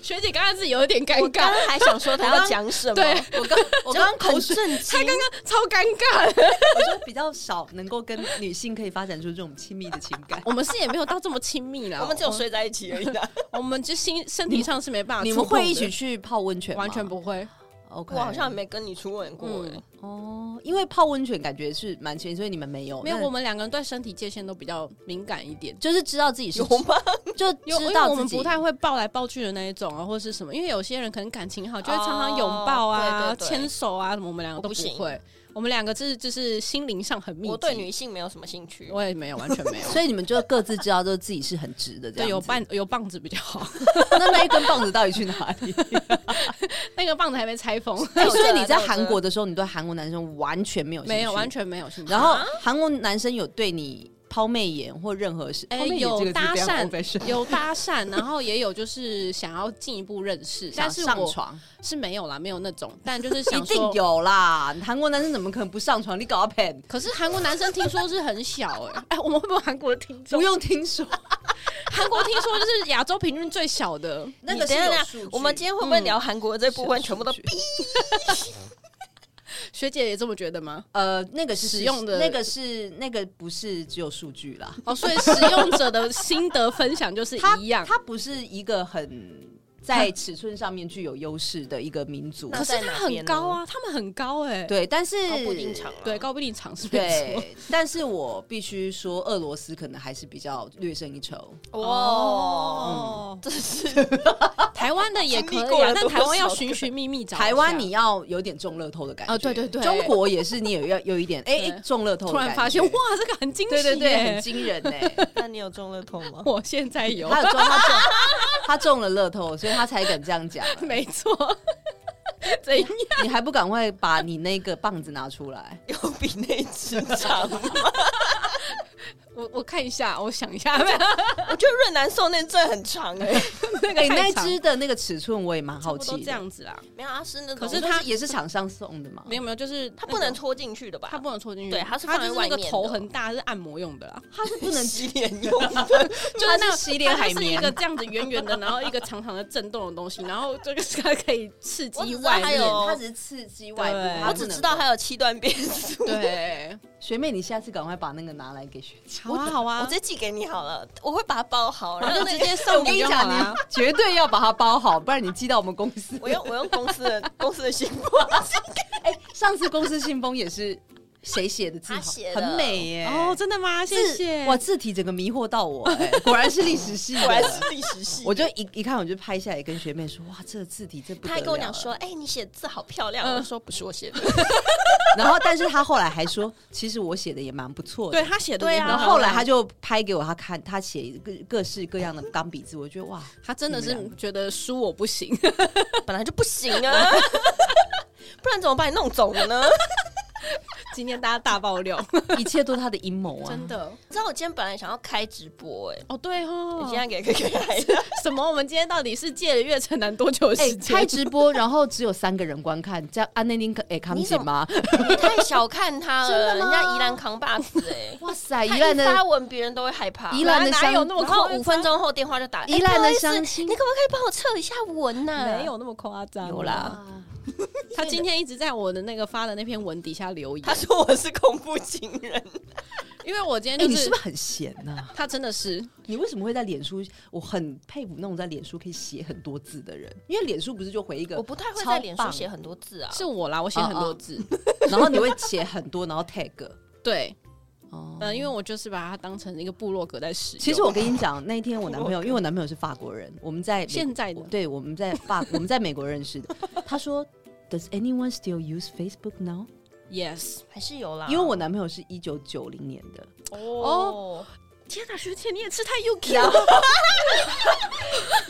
学姐刚刚自己有一点尴
我刚
尬，
刚还想说他要讲什么，
对
我刚我刚刚口水，
震惊，
刚刚超尴尬的。。
我说比较少能够跟女性可以发展出这种亲密的情感
我们是也没有到这么亲密啦，
我们只有睡在一起而已啊啦。
我们就心身体上是没办法
你
触碰的。
们会一起去泡温泉吗？
完全不会，
OK，
我好像也没跟你初吻过哎、
嗯
哦，因为泡温泉感觉是蛮亲，所以你们没有
没有。
那
我们两个人对身体界限都比较敏感一点。
就是知道自己是
有吗？
就
有，因
知
为
道
我
自
们
己
不太会抱来抱去的那一种啊，或是什么。因为有些人可能感情好，就会常常拥抱啊
哦、对对对
牵手啊什么。我们两个
我
都
不行
会，我们两个是就是心灵上很密集。
我对女性没有什么兴趣。
我也没有，完全 没有。
所以你们就各自知道，就是自己是很直的这
对，
样
有
子
棒有棒子比较 好，
那那一根棒子到底去哪 里？
那个棒子还没拆封，
哎
我
所
这
以你在韩国的时候，你对韩国男生完全没有兴趣
啊没有，完。全没有啊兴趣。
然后韩国男生有对你抛媚眼或任何事，
哎
抛媚眼
有
这个字
搭
非常
讪
old-fashioned
有搭讪，然后也有就是想要进一步认识， 但
想
是
上
我
床
是没有啦，没有那种，但 就是
一
想
定
说。
有啦，哦韩国男生怎么可能不上床？你搞 到 pen，
可是韩国男生听说是很小 哎、哎、我们会不会韩国的听
不
众？
用听 说，
韩国听说就是亚洲平均最小 的，
那
你
个是
等一下
有
等一下
数据
我们今天会不会聊韩国这部分
是有
全部都
数据
学姐也这么觉得吗？
呃，那个是
使用的
那个是那个不是只有数据啦，
哦，所以使用者的心得分享就是
它
一样。
它不是一个很在尺寸上面具有优势的一个民族
那，
可是他很高啊，他们很高哎、
对，但是
高不定场、啊，
对，高比例长是 没错。
对，但是我必须说，俄罗斯可能还是比较略胜一筹。
哇、
哦，
这是
台湾的也可
经历
以
过
啊
了，
但
多少
台湾要循循觅觅找一下。
台湾你要有点中乐透的感觉，
哦对对对
中国也是你有要有一点 哎、
对
哎中乐透的
突
感觉，
然发现，哇，这个很惊喜
对
耶，
对对，很惊人哎、
那你有中乐透吗？
我现在有，
他有中，他中， 他中了乐透，所以他才敢这样讲。
没错。 怎样？
你还不赶快把你那个棒子拿出来？
有比那 只长吗？
我我看一下，我想一 下，
我觉得润南寿那真的很长哎、
那个
哎、
太
那
长
只的那个尺寸我也蛮好
差不
奇
多
的。
这样子啦。
没有，它是那种，
可是
它
它
也是厂商送的嘛？
没有没有，就是
它
它
不能戳进去的吧？
它不能戳进去，
对它是
它
放在
就是那个
外面的
头很大，是按摩用的啦，
它是不能
洗 脸用的，
就是那
它是洗脸海绵
它就是一个这样子圆圆的，然后一个长长的震动的东西，然后这个是它可以刺
我只
激
知道
外
它
面
有，
它只是刺激外部
对，
它
我
不
只
能
知道
够
它有七段变速。
对，
学妹，你下次赶快把那个拿来给学姐，
好啊好啊，
我直接寄给你好了，我会把它包好，然
然
后
后
那
就直
个
接送
哎跟
你
你
就
讲
好啦。
绝对要把它包好，不然你寄到我们公司。
我用我用公司的公司的信 封，
哎、上次公司信封也是谁写的字
他
好？
写的
很美耶、
哦，真的吗？谢
字
谢。
哇，字体整个迷惑到我、哎， 果然是历史系的，
果然是历史系。
我就一一看我就拍下来跟学妹说，哇，这个字体这不得
他还跟我
了
讲说：“
了，
哎、你写字好漂亮。
嗯
我就说：“不是我写的。
然后但是他后来还说，其实我写的也蛮不错的。
对他写的
对
也
啊
很
然
好
后后来他就拍给我他看，他写各各式各样的钢笔字，我觉得哇，
他真的
你们
是觉得输我不行，
本来就不行啊， 不然怎么把你弄走了呢？
今天大家大爆料，
一切都是他的阴 谋 啊！
真，的
你知道我今天本来想要开直播、哎、
哦，对
我
哦
今。天给可以开了，
什么？我们今天到底是借了岳城南多久的
哎、
时间？
开直播然后只有三个人观看，这样安内宁可哎康
你
姐
怎
吗？
你太小看 他
真
了，
的吗
人家宜兰扛把子、 哎，
哇塞，
他
宜
一
兰的
发文别人都会害怕。
宜兰的
哪
乡
有那么
然后
夸张
五分钟后电话就打来，
宜兰
哎不好
的
意思
相亲
你可不可以帮我测一下文啊呐、
没，有那么夸张，
有啦。
他今天一直在我的那个发的那篇文底下留言
他，说我是恐怖情人，
因为我今天
哎、
就
你是
是
不是很闲啊呐、
他真的是
你为什么会在脸书？我很佩服那种在脸书可以写很多字的人，因为脸书不是就回一个
我不太会
超
在脸书
棒
写很多字啊。
是我啦，我写很多 字，
然后你会写很多，然后 tag。
对，
哦
嗯，因为我就是把它当成一个部落格在使用。
其实我跟你讲，那一天我男朋友，因为我男朋友是法国人，我们在美
现在的
对我们在法我们在美国认识的。他说，Does anyone still use Facebook now？
yes，
还是有啦，
因为我男朋友是一九九零年的，
哦，
天哪，学姐你也吃太 UK
然
了，
后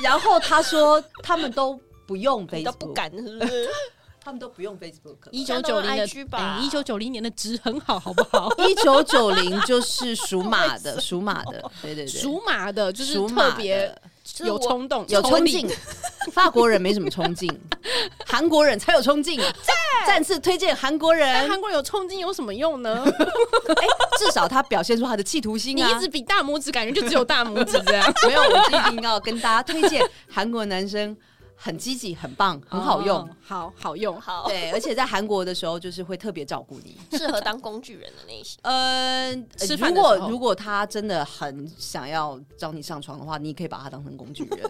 然后他说他们都 不用
你
Facebook，
都不敢是不是？
他们都不用 Facebook。？
一九九零
现在
的哎
都用 IG 吧
一九九零年的值很好，好不好
一九九零就是属马的，属马的，对对对，
哦属马的，就是
属马
特别
的
就是
有
我
冲动，
有冲
力
劲。法国人没什么冲劲， 韩国人才有冲劲。再次推荐韩国
但
人，
韩国人有冲劲有什么用呢？
至少他表现出他的企图心
你哦
啊。
一直比大拇指，感觉就只有大拇指这 样。
没有，我一定要跟大家推荐韩国男生很积极、很棒、很好用。
哦，好好用。
好，
对，而且在韩国的时候，就是会特别照顾你。
适合当工具人的类型。
嗯，呃
吃
如
饭的
果
时候
如果他真的很想要找你上床的话，你可以把他当成工具人。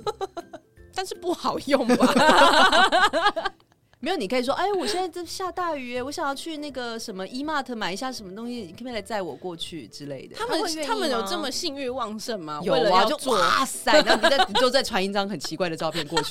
但是不好用吧？
没有，你可以说，哎，我现在在下大雨耶，我想要去那个什么 E Mart 买一下什么东西，你可不可以来载我过去之类的？
他
他会
们
愿意
他们有
吗
这么性欲旺盛吗？
有
为了
啊，
要
就
做，
哇 塞，然后你再你就再传一张很奇怪的照片过 去。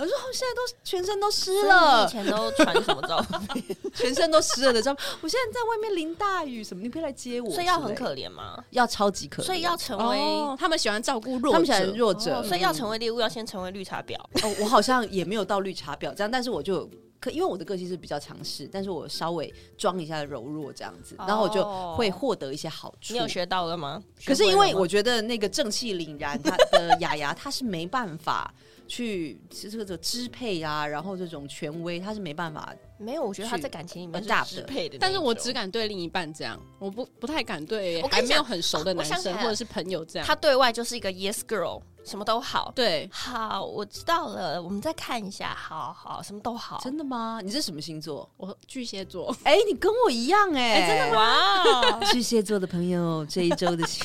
我说哦我现在都全身都湿
所以你
了
以，前都传什么照片？
全身都湿了的照片。我现在在外面淋大雨，什么你可以来接我之
所
类的，
以要很可怜嘛，
要超级可怜，
所以要成为，
哦，他们喜欢照顾弱者，
他们喜欢弱者，
哦所以要成为猎物，要先成为绿茶婊。
哦，我好像也没有到绿茶婊这样，但是我就可因为我的个性是比较强势，但是我稍微装一下柔弱这样子，然后我就会获得一些好处。
你有学到了吗？
可是因为我
学
觉得那个正气凛然，他的雅雅她是没办法去这个支配啊，然后这种权威她是没办法。
会了吗没有，我觉得他
去
在感情里面是
adapt
支配的那一种，
但是我只敢对另一半这样，我不不太敢对
我跟
还
你
没有
讲
很熟的
我
男
想起
生
来
或
了
者是朋友这样。
他对外就是一个 yes girl，什么都好。
对
好，我知道了，我们再看一下。好好，什么都好。
真的吗？你是什么星座？
我巨蟹座，
哎、你跟我一样哎、
哎真的
吗？
哇哦，
巨蟹座的朋友，这一周的 星！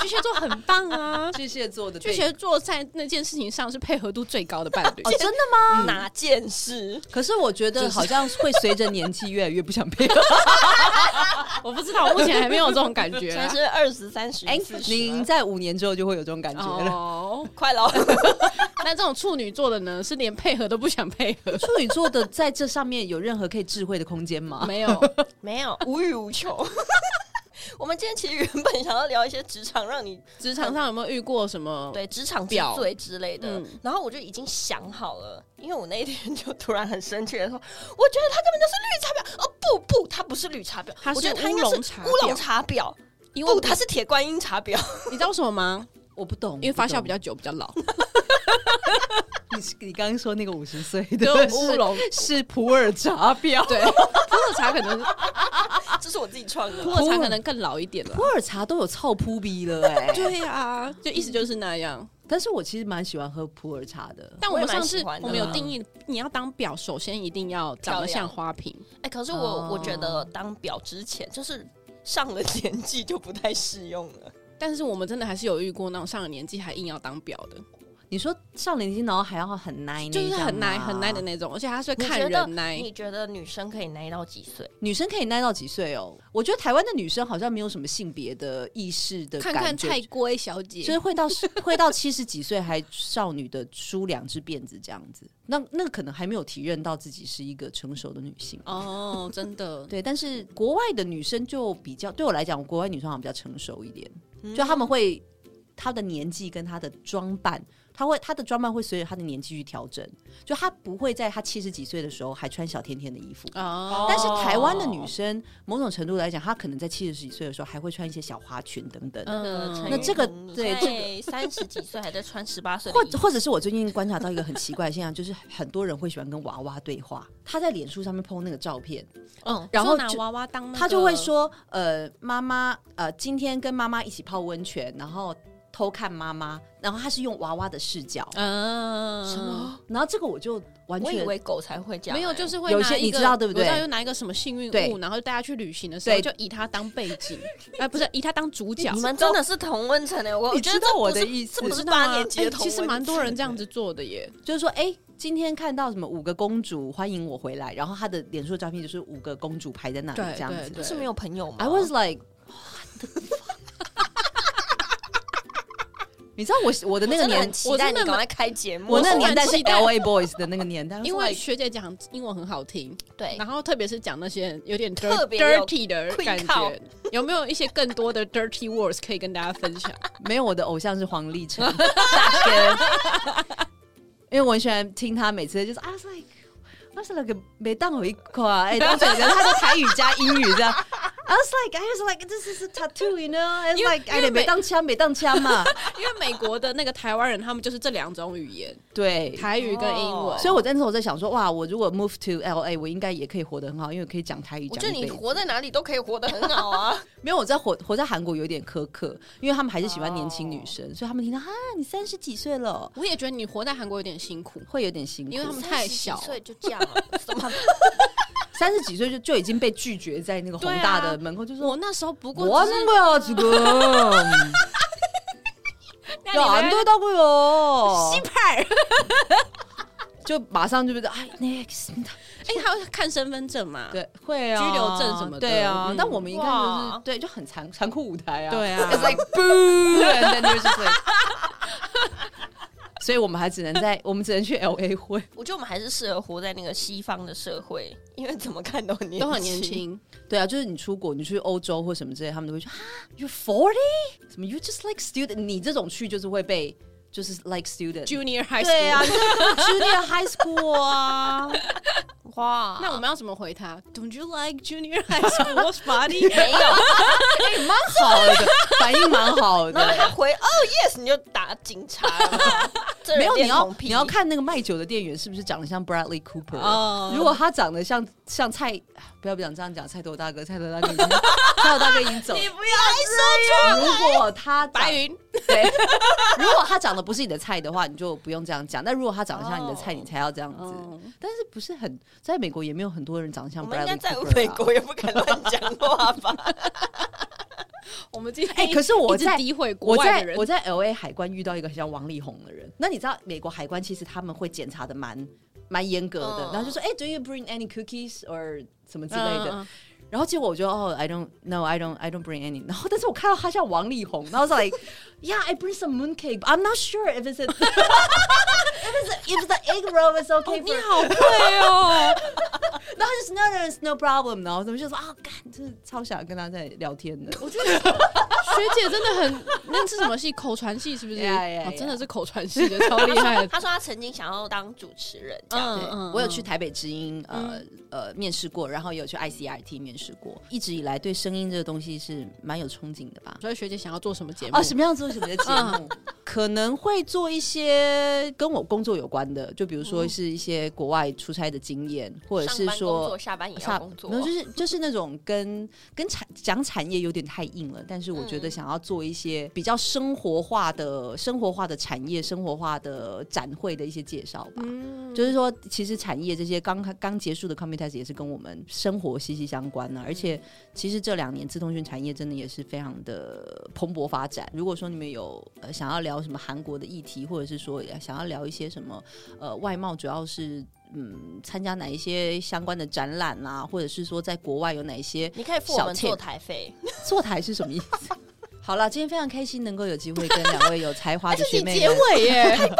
巨蟹座很棒啊
巨蟹座的
巨蟹座在那件事情上是配合度最高的伴 侣
哦，，真的吗？
哪件事？
可是我觉得好像会随着年纪越来越不想配合。
我不知道，我目前还没有这种感觉
现
啊。
在是二十三十，
哎、
40
您
吗
在五年之后就会有这种感觉了。
哦，
快了，
那这种处女座的呢，是连配合都不想配 合，
处女座的在这上面有任何可以智慧的空间
哦
吗？
没有，
没有，无欲无求。 我们今天其实原本想要聊一些职场，让你
职场上有没有遇过什么？
对职场之
哦表
最之类的。
嗯
然后我就已经想好了，因为我那一天就突然很生气的说，我觉得他根本就是绿茶婊。哦不不，他不是绿茶婊，
他
我
是
觉得他应
乌
该是
龙茶婊
乌龙茶婊，
因为
不，
我
他是铁观音茶婊。
你知道为什么吗？
我不懂，
因为发酵比较
较。
久，比 较老，
你是 你刚刚说那个五十岁
就
的
乌
是
龙。
是普洱茶婊，
对，普洱茶可能
这是我自己创的
普。洱茶可能更老一点了
普。洱茶都有臭扑鼻了哎、
对啊，就意思就是那样。
但是我其实蛮喜欢喝普洱茶的，啊
但我
我也
们
蛮
上
喜
次
欢的
我们有
啦
定义，你要当表，首先一定要长
漂
得
亮
像花瓶。
哎、可是我、
哦
我觉得当表之前就是上了年纪就不太适用了。
但是我们真的还是有遇过那种上了年纪还硬要当表的，
你说上了年纪然后还要很奶那一
就
张吗，
是很奶很奶的那种，而且他是会
你
看
觉得
人奶。
你觉得女生可以奶到几岁？
女生可以耐到几岁哦？我觉得台湾的女生好像没有什么性别的意识的
看
感
看
觉
蔡圭小姐，
就是会到会到七十几岁还少女的梳两只辫子这样子，那那个可能还没有体认到自己是一个成熟的女性。
哦，真的，
对，但是国外的女生就比较，对我来讲，国外女生好像比较成熟一点，就她们会她的年纪跟她的装扮，她会她的装扮会随着她的年纪去调整，就她不会在她七十几岁的时候还穿小甜甜的衣服。
哦
但是台湾的女生，某种程度来讲，她可能在七十几岁的时候还会穿一些小花裙等等，
呃陈
那
玉
这个
玲你
对
在
这
三十几岁还在穿十八岁的
或
衣服，
或者是我最近观察到一个很奇怪的现象， 就是很多人会喜欢跟娃娃对话。他在脸书上面 PO 那个照片，
嗯，
然后
拿
就
娃娃当那个
他就会，说：“呃，妈妈，呃，今天跟妈妈一起泡温泉，然后偷看妈妈，然后他是用娃娃的视角。
嗯，
什么？
然后这个我就完
哦我以
全
为狗才会这样、哎
没有，就是是会
有
拿
些
一
你
个
知道对不
我知道
对
有拿一个什么幸运
对
物，然后带他去旅行的时候，
对
就以他当背 景，哎，不是以他当主角
你。们真的是同温层的，我
你
我觉得
知道
这
我
不
的
是
意思
这不是
知
八年级
哎
的同
其
温层、
实蛮多人这样子做的耶，
就是说，哎、今天看到什么五个公主欢迎我回来，然后他的脸书的照片就是五个公主排在那里
对
这样
对
子。
对
是没有朋友吗
I was like，你知道我我的那个
我真的
年
很期待
我真的
你赶快开节目。哦
我那个
很
年代是
期待
L A Boys 的那个年代，
因
我
为
说哎
学姐讲英文很好听，
对
然后特别是讲那些有点 dir,
哎特别有
dirty 的感
愧靠
觉，有没有一些更多的 dirty words 可以跟大家分享？
哎没有我的偶像是黄 立成大哥，因为我很喜欢听他每次就是啊，是 like，我是那个没当我一块，哎，当嘴人他的台语加英语这样。I was like, I was like, this is a tattoo, you know? I was
因为
like, 哎，
因为
没
每
当枪，没当 枪嘛。
因为美国的那个台湾人，他们就是这两种语言，
对，
台语跟英文。
哦
所以我在那时候我在想说，哇，我如果 move to L A，我应该也可以活得很好，因为我可以讲台语。
我
讲
觉得
一辈
你
子
活在哪里都可以活得很好 啊。
没有，我在活活在韩国有点苛刻，因为他们还是喜欢年轻女
哦
生所以他们听到啊，你三十几岁了，
我也觉得你活在韩国有点辛苦，
会有点辛苦，
因为他们太小
30几岁就这样了，什么？
三十几岁就就已经被拒绝在那个宏大的门口，就说
我那时候不过
我
只是
能不要这 个，啊
那你
要安
们
多到不 哟，
派，
就马上就觉得哎，next，
哎，他会看身份证嘛？
对，会啊，
拘留证什么的
对啊
嗯，
但我们一看就
哇
是对，就很残残酷舞台啊，
对啊
，It's like boo，and then there's just like，所以我们还只能在，我们只能去 L A 会。
我觉得我们还是适合活在那个西方的社会，因为怎么看都很年
都很年。轻，
对啊，就是你出国，你去欧洲或什么之类，他们都会说啊，you forty，什么 you just like student，你这种去就是会被就是 like student。
Junior High School。
对啊，就是 junior high school 啊，
哇，
那我们要怎么回他？Don't you like junior high school body？
没有。啊
哎蛮好的，反应蛮 好
然后
的。
他回哦 yes，你就打警察了。这人
没有，你
恋
要
童癖
你要看那个卖酒的店员是不是长得像 Bradley Cooper。
哦
如果他长得像像蔡，不要不要这样讲，蔡头大哥，蔡头大哥已经，蔡头大哥已经走了。
你不要说
如果他长
白云
对，如果他长得不是你的菜的话，你就不用这样讲。但如果他长得像你的菜，
哦
你才要这样子。
哦
但是不是很，在美国也没有很多人长得像
我们应该
Bradley
在
Cooper 啊
美国也不敢乱讲话吧？
我们今天
哎、可是我
一直
在
诋毁国
我
外的
在
人，
我在 L A 海关遇到一个很像王力宏的人。那你知道美国海关其实他们会检查的蛮蛮严格的，
嗯
然后就说哎、d o you bring any cookies or 什么之类的。
哦嗯，嗯嗯
然后结果我就哦，I don't no I don't I don't bring any。然后但是我看到他像王力宏，然后我 like yeah I bring some mooncake，but I'm not sure if it's a, if it's a, if the egg roll is okay、
你好会哦，
然后他就是 no no it's no problem，然后他们就说啊，干、真的超想跟他在聊天的。
我觉得学姐真的很，那是什么戏？口传戏是不是？
Yeah, yeah,
哦
yeah.
真的是口传戏的，超厉害 的。
他说他曾经想要当主持人，这样
嗯
对
嗯，
我有去台北之音呃呃面试过，然后也有去 ICRT 面试过。一直以来对声音这个东西是蛮有憧憬的吧？
所以学姐想要做什么节目？
啊，什么样做什么的节目？嗯可能会做一些跟我工作有关的，就比如说是一些国外出差的经验，或者
上
是
班工
说
作，下班也
下
要工作
没有，，就是就是那种跟跟产讲产业有点太硬了，但是我觉觉
嗯
得想要做一些比较生活化的、生活化的产业、生活化的展会的一些介绍吧。
嗯，
就是说，其实产业这些刚刚结束的 Computex 也是跟我们生活息息相关啊呢、而且，其实这两年自通讯产业真的也是非常的蓬勃发展。如果说你们有呃想要聊什么韩国的议题，或者是说想要聊一些什么呃外贸，主要是嗯参加哪一些相关的展览啊，或者是说在国外有哪一些
你可以付我们
小妾
坐台费，
坐台是什么意思？ 好了，今天非常开心能够有机会跟两位有才华 的学妹们
尾耶，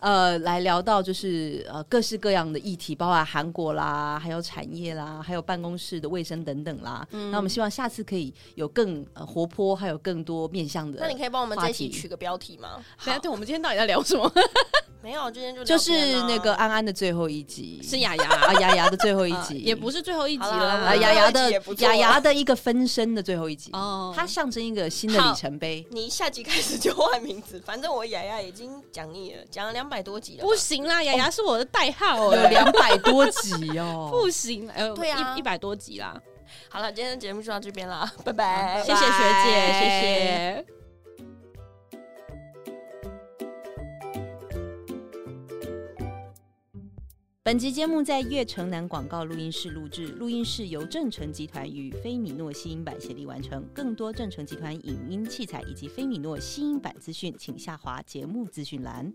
呃，来聊到就是呃各式各样的议题，包括韩国啦，还有产业啦，还有办公室的卫生等等啦。那我们希望下次可以有更、呃、活泼，还有更多面向的。
那你可以帮我们
话
这一期
题
取个标题吗？
等一下，对，我们今天到底在聊什么？
没有，今天就
就
就是
那个安安的最后一集，
是雅雅，
啊雅雅的最后一
呃
集，
也不是最后一集
好啦
了
啊
好啦
雅雅
最后一
的
集也不错
雅雅的一个分身的最后一集，
哦，
它象征一个新的
好
里程碑。
你下集开始就换名字，反正我雅雅已经讲腻了，讲了两百多集了吧。
不行啦，雅雅是我的代号
有
哎，
两百多集 哦，
不行，呃，
对啊
一一百多集啦，
好了，今天的节目就到这边啦，拜拜，
谢谢学姐，谢谢。
本集节目在悦城南广告录音室录制，录音室由正成集团与菲米诺吸音版协力完成。更多正成集团影音器材以及菲米诺吸音版资讯，请下滑节目资讯栏。